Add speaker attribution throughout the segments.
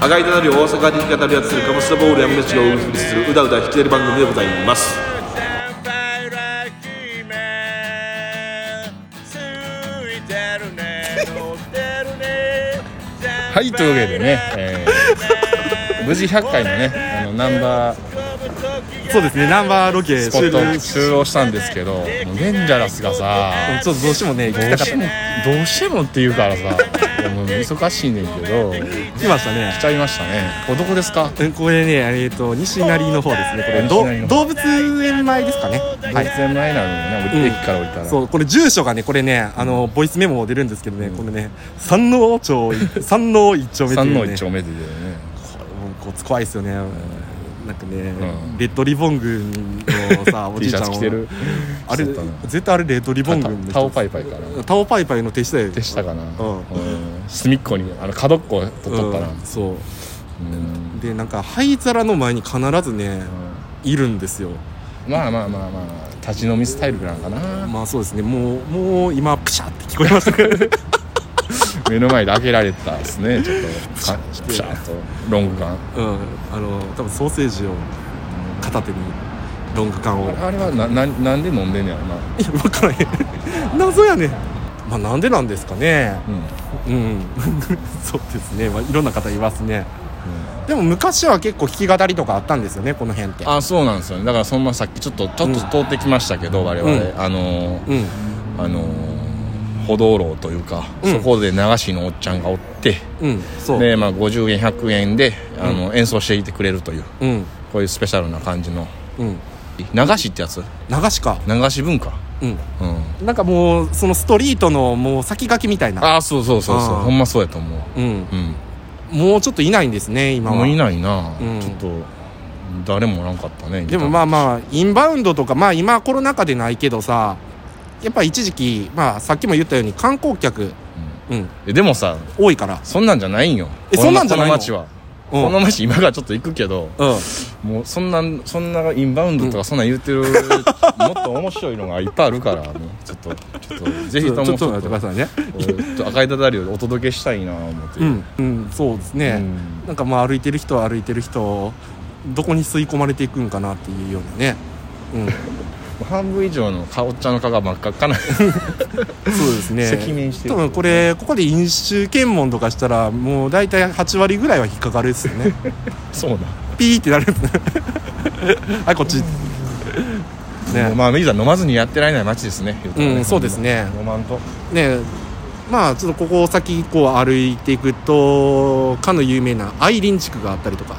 Speaker 1: あがいたなり大阪で弾き語りをするカムスタボールやみなちがお送りするうだうだ弾き語り番組でございます
Speaker 2: 先輩ラッキーメンついてるね乗ってるね
Speaker 3: はいというわけでね、えー無事100回のねあのナンバー
Speaker 4: そうですねナンバーロケ
Speaker 3: スポ
Speaker 4: 終
Speaker 3: ッ
Speaker 4: 了
Speaker 3: ト終了したんですけどもうデンジャラスがさ
Speaker 4: ちょっとどうしてもね聞き
Speaker 3: ど
Speaker 4: た
Speaker 3: う
Speaker 4: かっ
Speaker 3: してもどうしてもって言うからさもう忙しいねんけど
Speaker 4: た来ましたね
Speaker 3: 来ちゃいましたねこれどこですか
Speaker 4: うんこれねえっ、と西成の方ですねこれ
Speaker 3: 西成の
Speaker 4: ど
Speaker 3: 方
Speaker 4: 動物園前ですかね
Speaker 3: 全
Speaker 4: はい
Speaker 3: 然前なのにね、
Speaker 4: うん
Speaker 3: 駅から降りたら
Speaker 4: そうこれ住所がねこれねあのボイスメモも出るんですけどね、これね山王町 山王一丁目ってい
Speaker 3: 三
Speaker 4: うね
Speaker 3: の一丁目でだよね
Speaker 4: これもうこう怖いですよね、なんかね、
Speaker 3: ん
Speaker 4: レッドリボン軍の さお
Speaker 3: T
Speaker 4: じ
Speaker 3: シ
Speaker 4: いち
Speaker 3: ャ
Speaker 4: ゃ
Speaker 3: ツ
Speaker 4: んを
Speaker 3: 着てる
Speaker 4: あれ
Speaker 3: 着てたな
Speaker 4: 絶対あれレッドリボン軍の
Speaker 3: タ
Speaker 4: 人
Speaker 3: タオパイパイかな
Speaker 4: タオパイパイの手下やで
Speaker 3: でしたかな、うん隅っこにあの角っこ取っとったな、
Speaker 4: うんそ
Speaker 3: うん
Speaker 4: うでなんか灰皿の前に必ずね、いるんですよ
Speaker 3: まあまあまあまあ立ち飲みスタイルなんかな
Speaker 4: まあそうですねもうもう今プシャって聞こえましたけど
Speaker 3: 目の前で開けられたですねちょっとかプシャッとロング缶
Speaker 4: うんあの多分ソーセージを片手にロング缶をいや
Speaker 3: あれはなななんで飲んでんねやろな、
Speaker 4: 分からへ ん謎やねまあなんでなんですかね
Speaker 3: うん、
Speaker 4: うん そうですね、まあ、いろんな方いますね、でも昔は結構弾き語りとかあったんですよねこの辺って
Speaker 3: あそうなんですよねだからそんなさっきちょっとちょっと通ってきましたけど、我々、
Speaker 4: うん
Speaker 3: あのー
Speaker 4: うん
Speaker 3: あのー歩道路というか、
Speaker 4: うん
Speaker 3: そこで流しのおっちゃんがおって
Speaker 4: うんそう、
Speaker 3: で、まあ、50円100円であの、演奏していてくれるという
Speaker 4: うん
Speaker 3: こういうスペシャルな感じの
Speaker 4: うん
Speaker 3: 流しってやつ
Speaker 4: 流しか
Speaker 3: 流し文化
Speaker 4: うん
Speaker 3: うん
Speaker 4: なんかもうそのストリートのもう先駆けみたいな
Speaker 3: ああそうそうそうそう
Speaker 4: あー
Speaker 3: ほんまそうやと思う
Speaker 4: うん
Speaker 3: うん
Speaker 4: もうちょっといないんですね今は
Speaker 3: もういないな、
Speaker 4: うん
Speaker 3: ちょっと誰もおらんかったね
Speaker 4: でもまあまあインバウンドとかまあ今コロナ禍でないけどさやっぱ一時期まあさっきも言ったように観光客うん
Speaker 3: えでもさ
Speaker 4: 多いから
Speaker 3: そんなんじゃないんよ
Speaker 4: えそんなんじゃないの
Speaker 3: こ街は、
Speaker 4: うん
Speaker 3: この街今からちょっと行くけど
Speaker 4: うん
Speaker 3: もうそんなんそんなインバウンドとかそんなん言 ってる、もっと面白いのがいっぱいあるから、ね、ちょっとちょっとぜひとも
Speaker 4: ち
Speaker 3: ち
Speaker 4: ょ
Speaker 3: ょ
Speaker 4: っ
Speaker 3: っと
Speaker 4: と待ってくださいね
Speaker 3: 俺ちょっと赤いだだりをお届けしたいな思って、
Speaker 4: うん、うん、そうですね、
Speaker 3: うん
Speaker 4: なんかまあ歩いてる人は歩いてる人どこに吸い込まれていくんかなっていうようなねうん
Speaker 3: 半分以上のかおっちゃんの顔が真っ赤っか な
Speaker 4: そうで すね
Speaker 3: 赤面してる
Speaker 4: 多分これここで飲酒検問とかしたらもう大体8割ぐらいは引っかかるですよね
Speaker 3: そうだ
Speaker 4: ピーってなるんですね はいこっちね
Speaker 3: まあメイさん飲まずにやってられない街ですね言たら
Speaker 4: うんそうですね
Speaker 3: 飲まんと
Speaker 4: ねまあちょっとここを先こう歩いていくとかの有名なアイリン地区があったりとか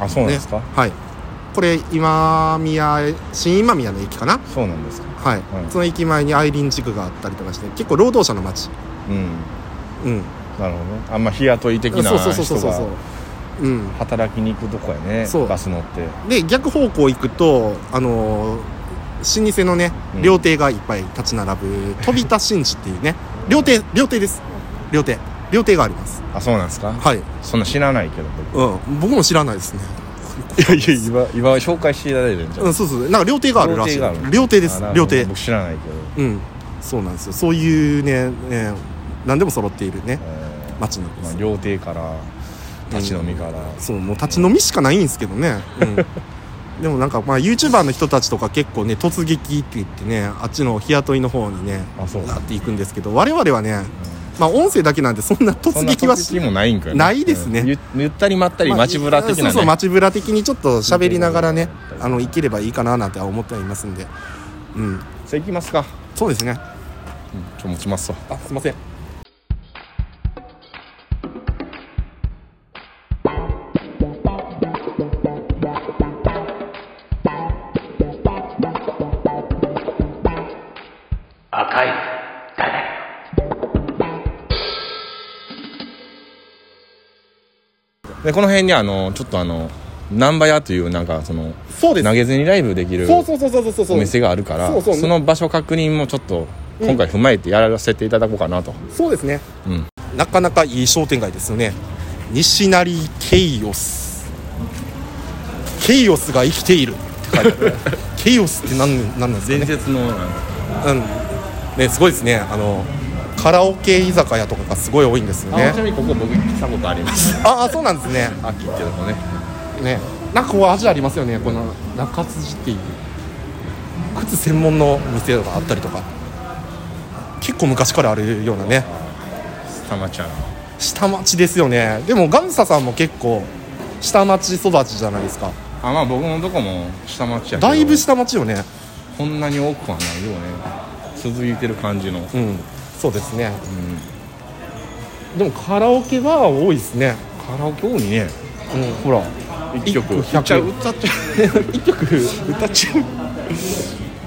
Speaker 3: あそうなんですか、
Speaker 4: ね、はいこれ今宮新今宮の駅かな
Speaker 3: そうなんですか
Speaker 4: はい、
Speaker 3: はい
Speaker 4: その駅前にアイリン地区があったりとかして結構労働者の街
Speaker 3: うん
Speaker 4: うん
Speaker 3: なるほどねあんま日雇い的な
Speaker 4: そうそうそうそう
Speaker 3: 人
Speaker 4: そう
Speaker 3: が
Speaker 4: うん
Speaker 3: 働きに行くとこやね
Speaker 4: そう
Speaker 3: バス乗って
Speaker 4: で逆方向行くとあのー老舗のね
Speaker 3: うん
Speaker 4: 料亭がいっぱい立ち並ぶ飛田新地っていうね料亭料亭です料亭料亭があります
Speaker 3: あそうなんですか
Speaker 4: はい、
Speaker 3: そんな知らないけど
Speaker 4: うん、僕も知らないですね
Speaker 3: 僕いやいや今今紹介していただいてるんじゃん
Speaker 4: うんそうそうなんか料亭があるらしい
Speaker 3: 料亭がある
Speaker 4: 料亭です
Speaker 3: あなる
Speaker 4: 料
Speaker 3: ほど
Speaker 4: 亭
Speaker 3: 僕知らないけど、
Speaker 4: うんそうなんですよそういうねね何でも揃っているね
Speaker 3: え
Speaker 4: 街なん
Speaker 3: ー
Speaker 4: で
Speaker 3: ますあ、
Speaker 4: よ
Speaker 3: 料亭から立ち飲みから、
Speaker 4: そうもう立ち飲みしかないんですけどね、 うん、でもなんかまあ YouTuber の人たちとか結構ね突撃って言ってねあっちの日雇いの方にね
Speaker 3: あそう
Speaker 4: なっていくんですけど我々はね、まあ音声だけなんでそんな
Speaker 3: そ
Speaker 4: 突
Speaker 3: んな
Speaker 4: 撃はし
Speaker 3: 突撃もないんかよ
Speaker 4: ないですね
Speaker 3: うんゆゆったりまったり
Speaker 4: まあ
Speaker 3: 街ぶら的なね、
Speaker 4: そうそう街ぶら的にちょっと喋りながらね
Speaker 3: うん
Speaker 4: あの生きればいいかななんては思ってはいますんでうん
Speaker 3: じゃあ行きますか
Speaker 4: そうですね
Speaker 3: うんちょっと持ちますわ
Speaker 4: あすいません
Speaker 5: 赤いダダ
Speaker 3: でこの辺にあのちょっとあの難波屋というなんかその
Speaker 4: そうです
Speaker 3: 投げ銭ライブできる
Speaker 4: そうそうそうそうそうそ
Speaker 3: お
Speaker 4: う
Speaker 3: 店があるから
Speaker 4: そうそう
Speaker 3: その場所確認もちょっと今回踏まえてやらせていただこうかなと、
Speaker 4: そうですね
Speaker 3: うん
Speaker 4: なかなかいい商店街ですよね西成ケイオスケイオスが生きているって書い てあるケイオスって何なんなんですかね
Speaker 3: 説の
Speaker 4: うんねすごいですねあのカラオケ居酒屋とかがすごい多いんですよ
Speaker 3: あ
Speaker 4: ね
Speaker 3: ちなみにここ僕来たことあります
Speaker 4: ああそうなんですね
Speaker 3: 秋っていうとこね
Speaker 4: ねなんかこう味ありますよねこの中辻っていう靴専門の店があったりとか結構昔からあるようなね
Speaker 3: たまちゃん
Speaker 4: 下町ですよねでもガムサさんも結構下町育ちじゃないですか
Speaker 3: あまあ僕のとこも下町やけど
Speaker 4: だいぶ下町よね
Speaker 3: こんなに多くはないよね続いてる感じの
Speaker 4: うんそうですね、でもカラオケは多いですね
Speaker 3: カラオケ多いね
Speaker 4: うん
Speaker 3: ほら一曲
Speaker 4: 一曲
Speaker 3: 歌
Speaker 4: 100
Speaker 3: っちゃう歌っちゃ
Speaker 4: 一曲
Speaker 3: う歌っちゃう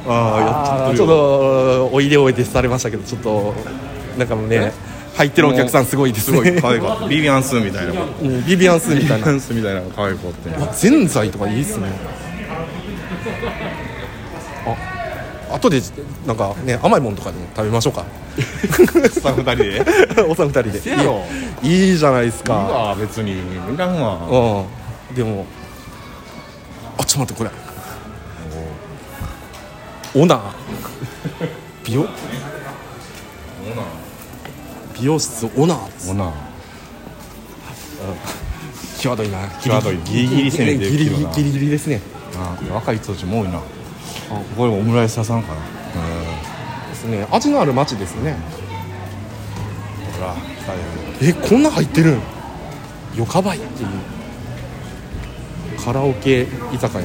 Speaker 3: ああやっちゃって
Speaker 4: ちょ
Speaker 3: るよ
Speaker 4: っとおいでおいでされましたけどちょっとなんかもうね入ってるお客さんすごいです
Speaker 3: すごい
Speaker 4: ね
Speaker 3: 可愛かったビビアンスみたいな
Speaker 4: うんビビアンスみ
Speaker 3: ビビ
Speaker 4: たい
Speaker 3: ア
Speaker 4: な
Speaker 3: ンスみたいなの可愛い子って
Speaker 4: ぜんざいとかいいっすねあ後でなんかね甘いもんとかでも食べましょうか
Speaker 3: スタッフ二人 で
Speaker 4: お三人で
Speaker 3: せやろ
Speaker 4: いいじゃないです
Speaker 3: う
Speaker 4: か
Speaker 3: わ別にいらんわ
Speaker 4: うんでもあちょっと待ってこれオナー美容美容室オナーです
Speaker 3: もうな
Speaker 4: 際どいな
Speaker 3: 際どいギリギリ攻めてる
Speaker 4: ギリ
Speaker 3: け
Speaker 4: ギ
Speaker 3: ど
Speaker 4: リ
Speaker 3: な
Speaker 4: ギリギリですね
Speaker 3: あ若い人たちも多いなこれオムライス屋さんかな
Speaker 4: ですね味のある町ですね
Speaker 3: ほら最後
Speaker 4: えこんな入ってるんよかばいっていうカラオケ居酒屋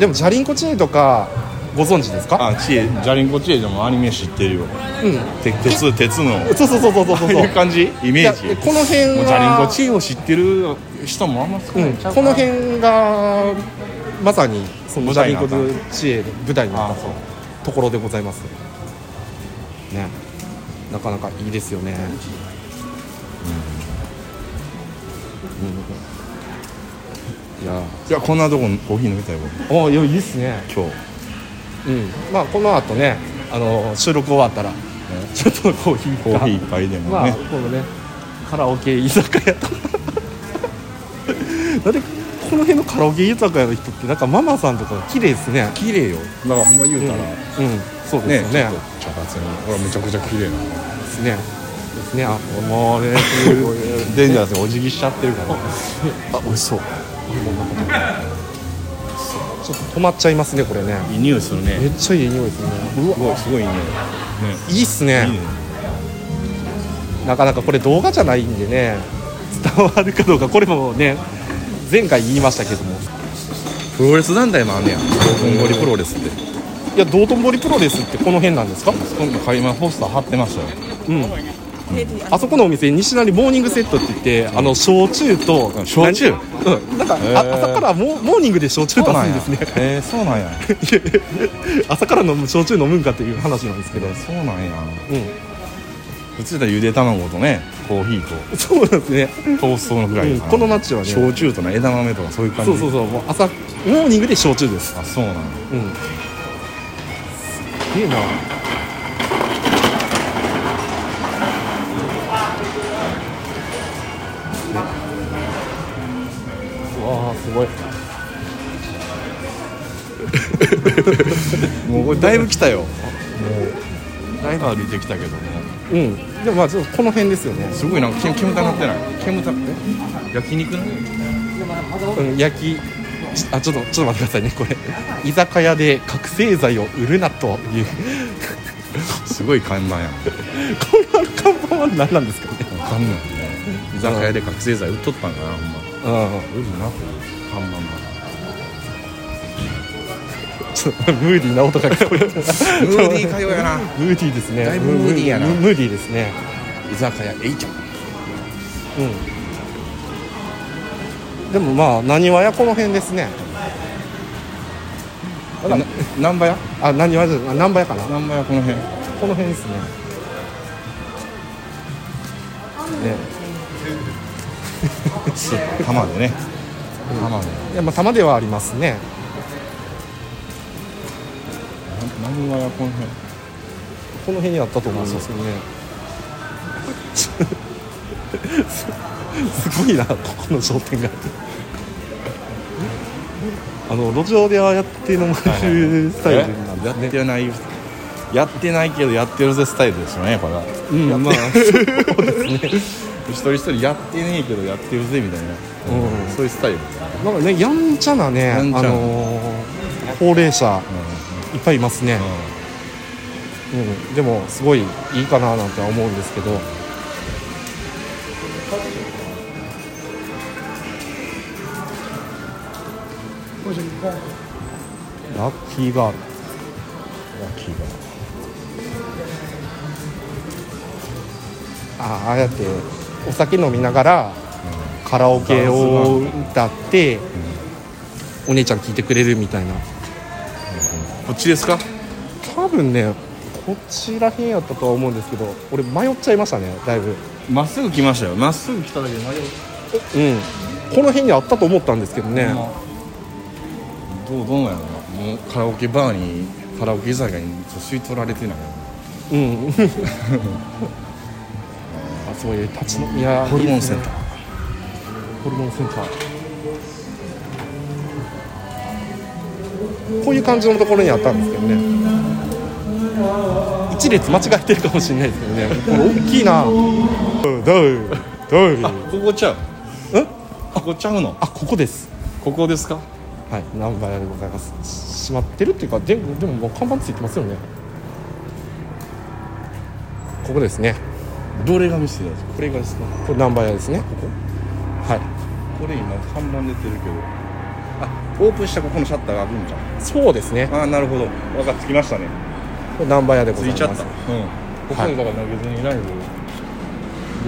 Speaker 4: でもじゃりんこチェーンとかご存知ですか
Speaker 3: あ知恵じゃりんこ知恵でもアニメ知ってるよ
Speaker 4: うん
Speaker 3: 鉄鉄鉄の
Speaker 4: そうそうそうそうそうそ
Speaker 3: そ
Speaker 4: う
Speaker 3: ういう感じイ
Speaker 4: い
Speaker 3: メ
Speaker 4: や
Speaker 3: ージ
Speaker 4: この辺
Speaker 3: もう
Speaker 4: は
Speaker 3: じゃりんこ知恵を知ってる人もあんま少
Speaker 4: う
Speaker 3: なんいんちゃう
Speaker 4: こ
Speaker 3: かな
Speaker 4: の辺がまさにその
Speaker 3: 舞
Speaker 4: ジャ
Speaker 3: 台
Speaker 4: リン
Speaker 3: に
Speaker 4: コ
Speaker 3: なった
Speaker 4: ズ知恵の舞台にな
Speaker 3: あ
Speaker 4: った
Speaker 3: そう
Speaker 4: ところでございますねなかなかいいですよね、うんいや
Speaker 3: いやこんなとこコーヒー飲みたい僕
Speaker 4: あいやいいっすね
Speaker 3: 今日
Speaker 4: うんまあこの後ねあの収録終わったら、ちょっとコーヒー
Speaker 3: コ
Speaker 4: か
Speaker 3: ーヒー一杯でも
Speaker 4: まあ
Speaker 3: ね
Speaker 4: このねカラオケ居酒屋と なんでこの辺のカラオケ居酒屋の人ってなんかママさんとか綺麗ですね
Speaker 3: 綺麗よだからほんま言うたらね
Speaker 4: うんそう
Speaker 3: ち
Speaker 4: で
Speaker 3: ょっ
Speaker 4: す
Speaker 3: と
Speaker 4: よね
Speaker 3: 茶髪にほらめちゃくちゃ綺麗な
Speaker 4: ですねですねあもうねすごい
Speaker 3: デンジャーズお辞儀しちゃってる から
Speaker 4: あ美味しそうちょっと止まっちゃいますねこれね
Speaker 3: いい匂いする
Speaker 4: め
Speaker 3: ね
Speaker 4: っちゃいい匂いですね
Speaker 3: すごいすごいいい匂いね
Speaker 4: いいっすね
Speaker 3: いいね
Speaker 4: なかなかこれ動画じゃないんでね伝わるかどうかこれもね前回言いましたけども
Speaker 3: プロレス団体もあんねやモンゴリプロレスって
Speaker 4: いや道頓堀プロレスってこの辺なんですか
Speaker 3: 今回今ポスター貼ってましたよ
Speaker 4: うん、あそこのお店西成モーニングセットって言ってあの焼酎と
Speaker 3: うん焼酎
Speaker 4: 何うんなんか、
Speaker 3: へー
Speaker 4: あ朝からモモーニングで焼酎出すんですね
Speaker 3: えー、そうなんや
Speaker 4: 朝から飲む焼酎飲むんかっていう話なんですけど、う
Speaker 3: そうなんや
Speaker 4: ん、
Speaker 3: うちだったらゆで卵とねコーヒーと
Speaker 4: そうなんですね
Speaker 3: トーストのぐらいかな、
Speaker 4: うんこの街はね
Speaker 3: 焼酎とね枝豆とかそういう感じ
Speaker 4: そうそうそうもう朝モーニングで焼酎です
Speaker 3: あそうなんや
Speaker 4: うんすげえなうわあす ごい
Speaker 3: もうこれだいぶ来たよもうだいぶ歩いてきたけども
Speaker 4: うん、でもまあちょっとこの辺ですよね、
Speaker 3: すごいなんか煙煙たなってない煙たえ焼肉の
Speaker 4: うん、焼きあちょっとちょっと待ってくださいねこれ居酒屋で覚醒剤を売るなという
Speaker 3: すごい看板やん
Speaker 4: この看板は何なんですかね、
Speaker 3: わかんないね居酒屋で覚醒剤売っとったんかなほんま
Speaker 4: う
Speaker 3: 売るなという看板
Speaker 4: ん、ちょっとムーディーな音が聞こえてム
Speaker 3: だ ムーディー
Speaker 4: ー
Speaker 3: 通やな
Speaker 4: ムーディーですね
Speaker 3: だいぶムーディーやな
Speaker 4: ムムーディーですね
Speaker 3: 居酒屋えいちゃん
Speaker 4: うんでもまあ何わやこの辺ですね
Speaker 3: な難波屋
Speaker 4: あ何わじゃあ何倍かな
Speaker 3: 難波屋この辺
Speaker 4: この辺ですね。ね、
Speaker 3: 浜でね浜で
Speaker 4: いやまあ玉ではありますね。
Speaker 3: 難波屋この辺
Speaker 4: この辺にあったと思うんですけどね。 すすごいな、ここの商店街。あの路上でああやって飲まれるスタイルなんで
Speaker 3: や
Speaker 4: すね。
Speaker 3: ってないやってないけどやってるぜスタイルですよねこれは
Speaker 4: うんまあ
Speaker 3: 一人一人やってねえけどやってるぜみたいな、
Speaker 4: うん
Speaker 3: そういうスタイル
Speaker 4: なんかねやんちゃなね
Speaker 3: やんちゃ
Speaker 4: あ
Speaker 3: な
Speaker 4: のー高齢者いっぱいいますね、うんでもすごいいいかななんて思うんですけどラッキーガールあああやってお酒飲みながらカラオケを歌ってお姉ちゃん聞いてくれるみたいな
Speaker 1: こっちですか
Speaker 4: 多分ねこちらへんやったとは思うんですけど俺迷っちゃいましたねだいぶ
Speaker 3: まっすぐ来ましたよまっすぐ来ただけで
Speaker 4: うんこの辺にあったと思ったんですけどね、
Speaker 3: どうどうなんやろなもうカラオケバーにカラオケ居酒屋に吸い取られてない
Speaker 4: うん。あ、そういう立ち飲みや。
Speaker 3: ホルモンセンター
Speaker 4: ー。ホルモンセンター。こういう感じのところにあったんですけどね。一列間違えてるかもしれないですけどね。これ 大きいな。どうどう
Speaker 3: あここちゃう
Speaker 4: え
Speaker 3: ここちゃうの
Speaker 4: あ、ここです。
Speaker 3: ここですか
Speaker 4: はい、ナンバーでございます。しまってるっていうか、でも、でも、もう看板ついてますよね。ここですね。
Speaker 3: どれが店だこれがですか
Speaker 4: これナンバー屋ですね。ここ。はい。
Speaker 3: これ今看板出てるけどあオープンしたここのシャッターが開くんか
Speaker 4: そうですね。
Speaker 3: ああなるほど分かってきましたね
Speaker 4: これナンバー屋でござ
Speaker 3: つ
Speaker 4: い
Speaker 3: い
Speaker 4: ます。
Speaker 3: ちゃったうんここ
Speaker 4: は
Speaker 3: で
Speaker 4: い
Speaker 3: だから投げ銭ライブ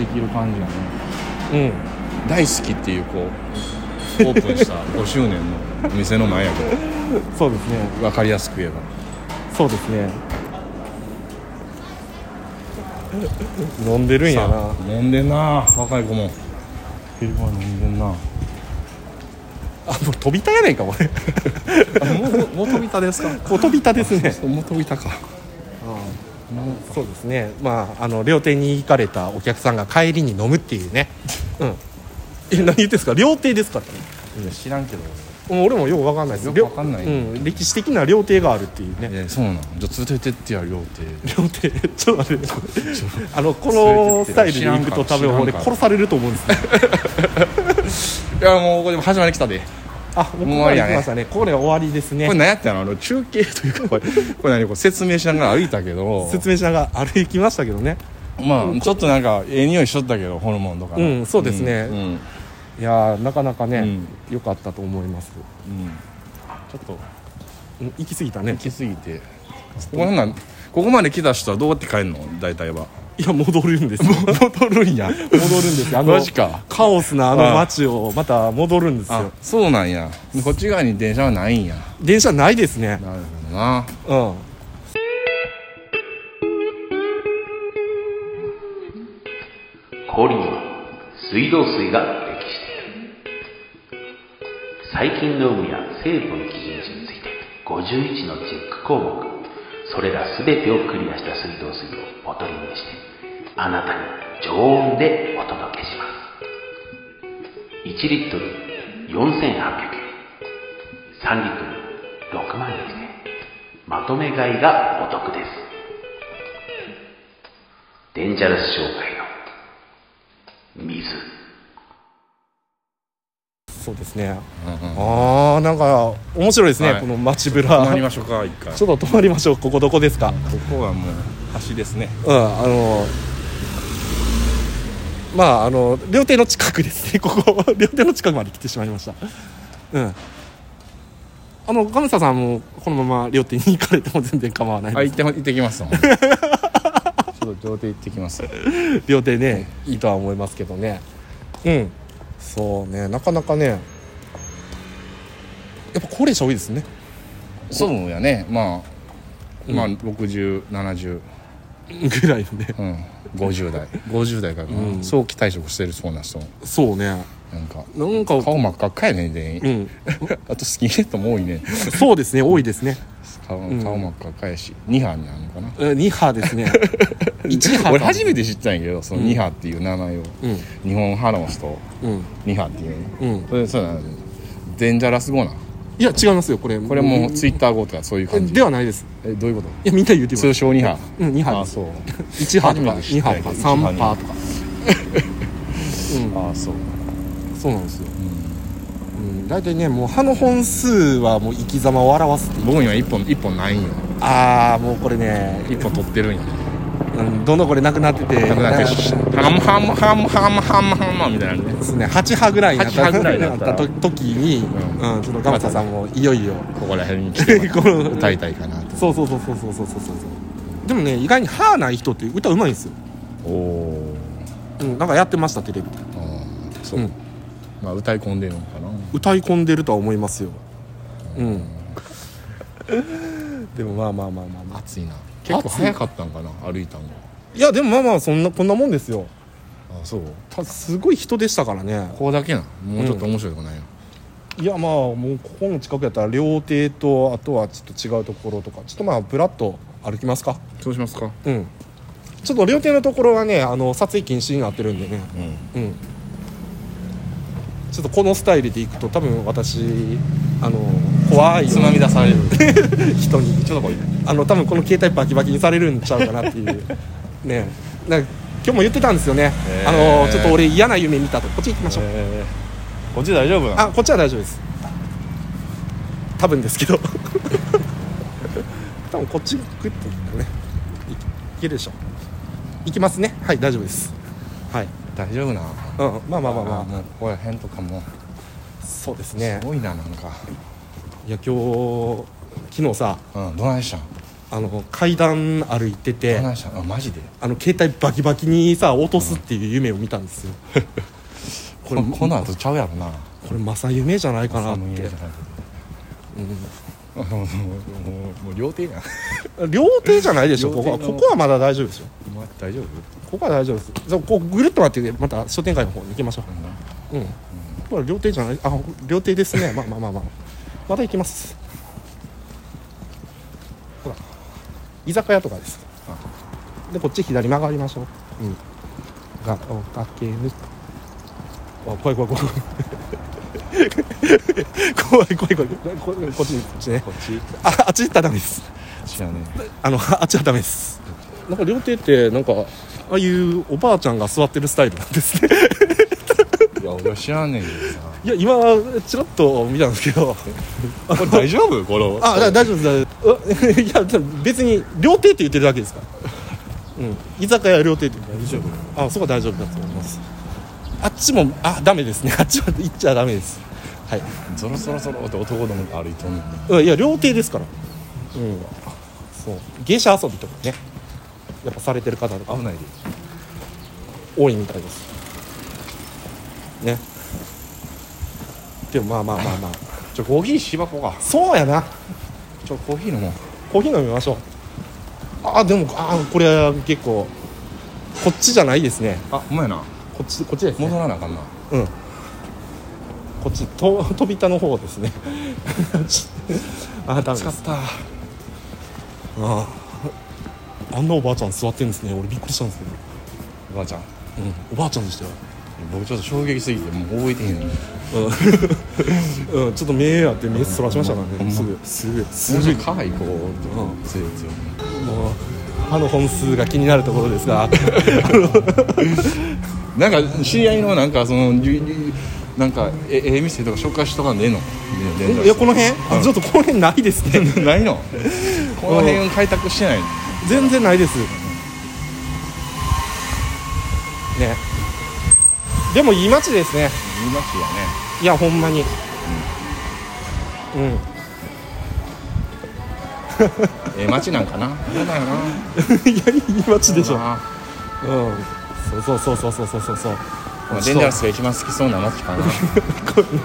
Speaker 3: できる感じがね
Speaker 4: うん。
Speaker 3: 大好きっていうこうオープンした5周年のお店の前やけど
Speaker 4: そうですね。
Speaker 3: 分かりやすく言えば
Speaker 4: そうですね。飲んでるんやな。
Speaker 3: 飲んでんな若い子も昼間飲んでんな
Speaker 4: あ、もう飛びたやないか、俺。
Speaker 3: 元びたですか
Speaker 4: もう飛びたですね。
Speaker 3: 元びたか
Speaker 4: そうですね。まあ、あの料亭に行かれたお客さんが帰りに飲むっていう ね。うん。え、何言ってんですか、料亭ですから、ね。
Speaker 3: いや知らんけど
Speaker 4: うん俺もよくわかんないです。
Speaker 3: よくわかんない
Speaker 4: うん、歴史的な料亭があるっていうね。
Speaker 3: えそうなんじゃあ連れてってってやるよって
Speaker 4: 料亭、 ちょっと待って。あの、このスタイルで行くと、多分俺殺されると思うんですね。
Speaker 3: いやもうこれでも始まりきたで
Speaker 4: あ、もうここまで来ましたね。これ終わりですね
Speaker 3: これ。何やったのあの中継というかこれこれ何これ説明しながら歩いたけど
Speaker 4: 説明しながら歩きましたけどね
Speaker 3: まあちょっとなんかええ匂いしとったけどホルモンとか
Speaker 4: うんそうですね
Speaker 3: うんうん
Speaker 4: いやーなかなかね
Speaker 3: うん
Speaker 4: 良、かったと思います
Speaker 3: うんちょっと
Speaker 4: うん行き過ぎたね
Speaker 3: 行き過ぎてここなんかここまで来た人はどうやって帰るの大体はい
Speaker 4: や戻るんですよ戻
Speaker 3: 戻るんや
Speaker 4: るんですよあの
Speaker 3: マジか
Speaker 4: カオスなあの街をまた戻るんです
Speaker 3: あ
Speaker 4: よ
Speaker 3: そうなんやこっち側に電車はないんや
Speaker 4: 電車ないですね
Speaker 3: なるほどな
Speaker 4: うん
Speaker 5: 氷には水道水が適している細菌の有無や成分基準値について51のチェック項目それら全てをクリアした水道水をボトルにしてあなたに常温でお届けします1リットル4800円3リットル6万円まとめ買いがお得ですデンジャラス商会の水。
Speaker 4: そうですね
Speaker 3: うんうん
Speaker 4: あーなんか面白いですね、
Speaker 3: はい
Speaker 4: この街ぶ
Speaker 3: 泊ま
Speaker 4: ら
Speaker 3: り
Speaker 4: ちょ
Speaker 3: ましょうか一回
Speaker 4: っと泊まりましょうここどこですか
Speaker 3: ここはもう橋ですね
Speaker 4: うんあのまああの料亭の近くですねここ料亭の近くまで来てしまいましたうんあのガムサさんもこのまま料亭に行かれても全然構わない
Speaker 3: あ
Speaker 4: で
Speaker 3: 行
Speaker 4: す、
Speaker 3: って行ってき ますもんちょっと上手行ってきます
Speaker 4: 料亭ねいいとは思いますけどねうんそうねなかなかねやっぱ高齢者多いですね
Speaker 3: そうやねまあまあ6070
Speaker 4: ぐらいのね
Speaker 3: うん50代50代 からかな早期退職してるそうな人
Speaker 4: そうね
Speaker 3: なんか
Speaker 4: なんか
Speaker 3: 顔真っ赤っかやね全員
Speaker 4: うん
Speaker 3: あとスキンヘッドも多いね
Speaker 4: そうですね多いですね
Speaker 3: 顔顔真っ赤っかやし2波になるのかな
Speaker 4: うん2波ですね1波
Speaker 3: 俺初めて知ったんやけどその2波っていう名前を
Speaker 4: うん
Speaker 3: 日本派の人
Speaker 4: うん
Speaker 3: 2波っていう
Speaker 4: うん
Speaker 3: それそうなのデンジャラス語なん
Speaker 4: いや違いますよこれ
Speaker 3: これもツイッター号とかそういう感じ
Speaker 4: ではないです
Speaker 3: えどういうこと
Speaker 4: いやみんな言うてます
Speaker 3: 通称2波
Speaker 4: うん2波
Speaker 3: あそう
Speaker 4: 1波と
Speaker 3: 初
Speaker 4: か
Speaker 3: めて知
Speaker 4: 2
Speaker 3: った
Speaker 4: 波
Speaker 3: け
Speaker 4: と
Speaker 3: ど
Speaker 4: か3波とか
Speaker 3: あそう
Speaker 4: そうなんですよ、うん、大体ねもう歯の本数はもう生き様を表すっていう
Speaker 3: 僕には1本一本ないんよ
Speaker 4: ああもうこれね、
Speaker 3: 1本取ってるんよ
Speaker 4: うん、どんどんこれなくなってて
Speaker 3: なくなってシュッハムハムハムハムハムハムハムみたいなね
Speaker 4: ですね8波ぐらいになった
Speaker 3: 8波ぐらいになったら
Speaker 4: と時に、うんちょっとガムサさんもいよいよ
Speaker 3: ここら辺に来て
Speaker 4: この
Speaker 3: 歌いたいかなと
Speaker 4: そうそうそうそうそうそうそうそうでもね意外に歯ない人って歌うまいんですよ、
Speaker 3: おお
Speaker 4: うん、なんかやってましたテレビで
Speaker 3: ーそううんまあ歌い込んでるのかな
Speaker 4: 歌い込んでるとは思いますようんでもまあまあまあまあまあ
Speaker 3: 暑いな結構早かったんかな歩いたんが
Speaker 4: いやでもまあまあそんなこんなもんですよ
Speaker 3: あそう
Speaker 4: たすごい人でしたからね
Speaker 3: ここだけなもうちょっと面白いとこないの
Speaker 4: いやまあもうここの近くやったら料亭とあとはちょっと違うところとかちょっとまあぶらっと歩きますか
Speaker 3: そうしますか
Speaker 4: うんちょっと料亭のところはねあの撮影禁止になってるんでね
Speaker 3: うん
Speaker 4: うんちょっとこのスタイルでいくと多分私あの怖い
Speaker 3: つまみ出される
Speaker 4: 人に
Speaker 3: ちょっとこい
Speaker 4: あの多分この携帯バキバキにされるんちゃうかなっていう ねなんか今日も言ってたんですよね、
Speaker 3: えー
Speaker 4: あのちょっと俺嫌な夢見たとこっち行きましょう、
Speaker 3: えーこっち大丈夫な
Speaker 4: あこっちは大丈夫です多分です けど多分こっちグッとねいいけるでしょ行きますねはい大丈夫ですはい、
Speaker 3: 大丈夫な
Speaker 4: うん、まあまあまあ
Speaker 3: あ
Speaker 4: ま
Speaker 3: もうここら辺とかも
Speaker 4: あそうです
Speaker 3: す
Speaker 4: ね
Speaker 3: ごいななんか
Speaker 4: いや今日昨日さ
Speaker 3: うんどないしたん
Speaker 4: あの階段歩いてて
Speaker 3: どないしたんあマジで
Speaker 4: あの携帯バキバキにさ落とすっていう夢を見たんですよこ
Speaker 3: こ
Speaker 4: れ
Speaker 3: れ
Speaker 4: こ
Speaker 3: この後ちゃうやろな
Speaker 4: れまさ夢じゃないかなっ
Speaker 3: 寒い家じゃなくてもうもうもう料亭やん
Speaker 4: て 料亭じゃないでしょここ
Speaker 3: 料
Speaker 4: は
Speaker 3: 亭
Speaker 4: こ
Speaker 3: の
Speaker 4: こはまだ大丈夫ですよ
Speaker 3: 今大丈夫
Speaker 4: ここは大丈夫ですじゃあこうぐるっと回ってまた商店街の方に行きましょううんこれ料亭じゃないあ料亭ですねまあまあまあまあまた行きますほら居酒屋とかですでこっち左曲がりましょううんがおかけぬあ怖い怖い怖い 怖い怖い怖い怖いここっちこっちね
Speaker 3: こっち
Speaker 4: ああっち行ったらダメです
Speaker 3: 知らね
Speaker 4: あの ああっちはダメですなんか料亭ってなんかああいうおばあちゃんが座ってるスタイルなんですね
Speaker 3: えいや俺は知らんねんけどさ
Speaker 4: いや今ちらっと見たんですけど
Speaker 3: これ大丈夫この
Speaker 4: あだ大丈夫です大丈夫ですういや別に料亭って言ってるだけですから、うん、居酒屋料亭って大丈夫あそこは大丈夫だと思いますあっちもあダメですねあっちは行っちゃダメですはい、
Speaker 3: ゾロゾロゾロって男どもが歩いてんの
Speaker 4: うん、いや料亭ですからうんそう芸者遊びとかねやっぱされてる方とか
Speaker 3: 危ないで
Speaker 4: 多いみたいですねでもまあまあまあまあ
Speaker 3: ちょコーヒーしばこうか
Speaker 4: そうやな
Speaker 3: ちょコーヒー飲もう
Speaker 4: コーヒー飲みましょうあでもあこれは結構こっちじゃないですね
Speaker 3: あほんまやな
Speaker 4: こっちこっちですね
Speaker 3: 戻らなあかんな
Speaker 4: うんこっちと飛び田の方ですね ちあダメです
Speaker 3: た
Speaker 4: ああんなおばあちゃん座ってるんですね俺びっくりしたんですけど、
Speaker 3: おばあちゃん
Speaker 4: うん、おばあちゃんでしたよ
Speaker 3: 僕ちょっと衝撃すぎてもう覚えてへん
Speaker 4: うん、ちょっと目あって目そらしましたから
Speaker 3: うん
Speaker 4: ねすぐすぐす
Speaker 3: もう
Speaker 4: ぐ
Speaker 3: ちょっと可愛い子と
Speaker 4: う
Speaker 3: 強い強い
Speaker 4: もう歯の本数が気になるところですが
Speaker 3: なんか知り合いのなんかそのりりなんかえええ店とか紹介しとかんでええのね
Speaker 4: いやこの辺、あちょっとこの辺ないですね
Speaker 3: ないの この辺開拓してないの
Speaker 4: 全然ないですねでもいい街ですね
Speaker 3: 見ますよね
Speaker 4: いやほんまにうん、
Speaker 3: ええ街なんかな嫌だよない
Speaker 4: やいい街でしょ
Speaker 3: ま
Speaker 4: うんそうそうそうそうそうそうそう
Speaker 3: あデンジャラスが一番好きそうな街 かな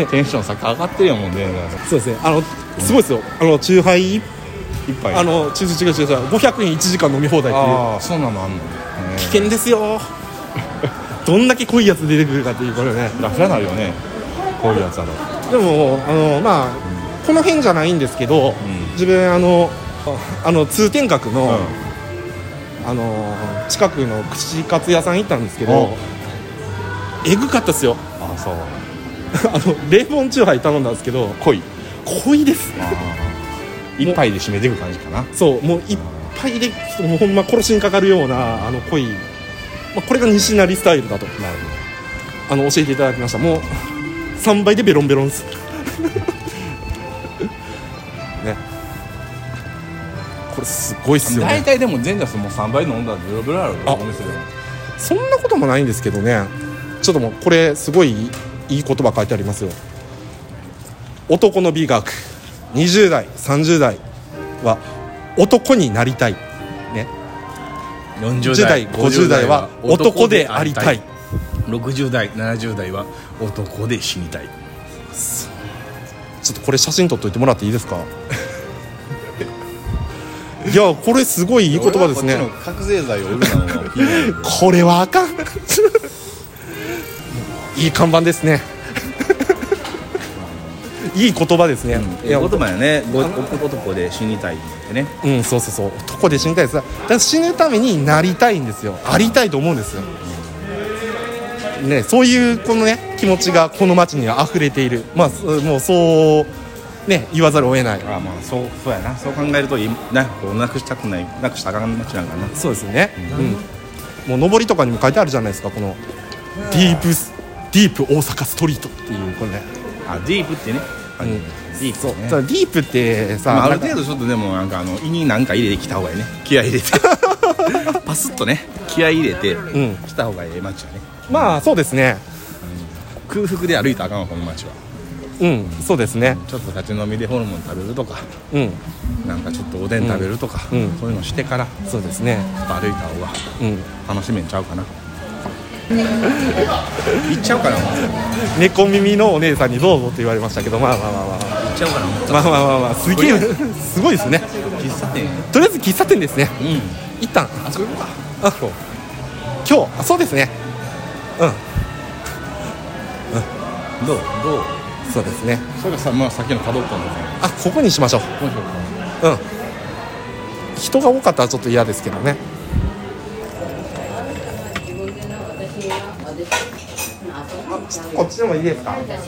Speaker 3: テンションさ上がってるよもうデンジャラス
Speaker 4: そうですねあのすごいですよあの酎ハイ一
Speaker 3: 一杯
Speaker 4: あの違う違う違う違う500円1時間飲み放題っていう
Speaker 3: ああそうなのあんの
Speaker 4: 危険ですよどんだけ濃いやつ出てくるかっていうこれね
Speaker 3: ラフラなるよねこういうやつある
Speaker 4: でもあのまあこの辺じゃないんですけど、
Speaker 3: ん
Speaker 4: 自分あのあの通天閣の、
Speaker 3: うん
Speaker 4: あの近くの串カツ屋さん行ったんですけどえぐかったですよ
Speaker 3: ああそう
Speaker 4: あの冷房酎ハイ頼んだんですけど
Speaker 3: 濃い
Speaker 4: 濃いですね
Speaker 3: 一杯で締めていく感じかな
Speaker 4: そうもういっぱいでもうほんま殺しにかかるようなあの濃い、まあ、これが西成スタイルだとあの教えていただきましたもう3倍でベロンベロン ですねこれすごいっすよ
Speaker 3: 大
Speaker 4: ね
Speaker 3: 体でも前座もう3杯飲んだらベロベロある
Speaker 4: あ
Speaker 3: お店で
Speaker 4: そんなこともないんですけどねちょっともうこれすごいいい言葉書いてありますよ男の美学20代30代は男になりたいね
Speaker 3: 40
Speaker 4: 10代50代は男でありたい
Speaker 3: 60代70代は男で死にたい
Speaker 4: ちょっとこれ写真撮っといてもらっていいです かいやこれすごいいい言葉ですね
Speaker 3: 俺はこっちの覚醒剤を売るのは気になる
Speaker 4: これはあかんいい看板ですねいい言葉ですね、
Speaker 3: い
Speaker 4: いや
Speaker 3: や言葉よねご男で死にたいってね
Speaker 4: うんそうそうそう男で死にたいですだから死ぬためになりたいんですよありたいと思うんですよねそういうこのね気持ちがこの街には溢れているまあそうもうそうね言わざるを得ない
Speaker 3: ああまあそうそうやなそう考えるといいなこうなくしたくないなくしたらあかん街なんかな
Speaker 4: そうですよね、うん、もう上りとかにも書いてあるじゃないですかこのディープスディープ大阪ストリートっていうこれね、
Speaker 3: あディープってね、あ
Speaker 4: うん
Speaker 3: ディープね
Speaker 4: ただディープってさ、
Speaker 3: まあ、ある
Speaker 4: なん
Speaker 3: 程
Speaker 4: か
Speaker 3: 度ちょっとでもなんかあの胃に何か入れてきた方がいいね気合い入れ てパスッとね気合い入れて
Speaker 4: ん
Speaker 3: 来た方がええ街はね
Speaker 4: まあそうですね
Speaker 3: 空腹で歩いたらあかんわこの街は
Speaker 4: うんそうですね
Speaker 3: ちょっと立ち飲みでホルモン食べるとか
Speaker 4: うん
Speaker 3: なんかちょっとおでん食べるとか、
Speaker 4: うんうん
Speaker 3: そういうのしてからち
Speaker 4: そうですね
Speaker 3: ょっと歩いた方が
Speaker 4: うん
Speaker 3: 楽しめんちゃうかな行っちゃうかな行
Speaker 4: 猫耳のお姉さんにどうぞって言われましたけどまあまあまあまあ
Speaker 3: っちゃうかな
Speaker 4: まあまあまあまあすげえすごいですね
Speaker 3: 喫茶店
Speaker 4: とりあえず喫茶店ですね
Speaker 3: うん
Speaker 4: 一旦
Speaker 3: あそこ行こうか
Speaker 4: あそう今日あそうですね
Speaker 3: どうどう
Speaker 4: そうですね
Speaker 3: それがさ、まあ、さっきの角っこのね
Speaker 4: あここにしましょう
Speaker 3: どうしようか
Speaker 4: うん人が多かったらちょっと嫌ですけどねこっちでもいいですかねね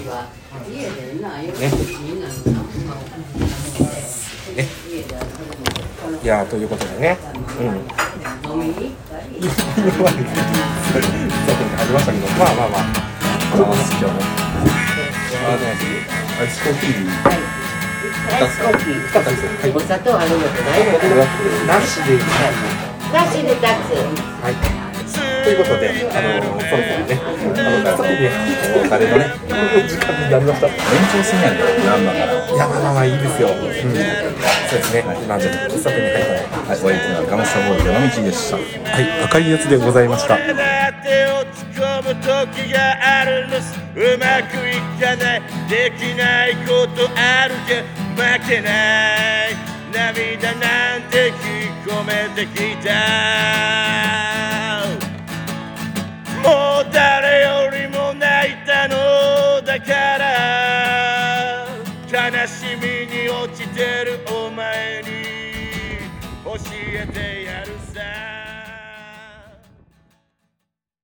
Speaker 4: いやーということでねうん今までそういうことにありましたけどまあまあまあ
Speaker 3: どうです今日あねアイスコーヒー
Speaker 4: 二つですはい
Speaker 6: お砂糖あるのとないの
Speaker 4: ブラックなしでいい
Speaker 6: なしで立
Speaker 4: はいということで、あのそろそろね、あの、さっきね、お別れのね、時間になりました。い
Speaker 3: 延長戦やねなんだから
Speaker 4: や、まあまあまあいいですよ。うん、そうですね、今ちょっと喫茶店に入った
Speaker 3: はい、お相手はガムサボール山道でした
Speaker 4: はい、赤いやつでございました。
Speaker 2: 手を突っ込む時があるんですうまくいかないできないことあるけど負けない涙なんて引き込めてきたもう誰よりも泣いたのだから悲し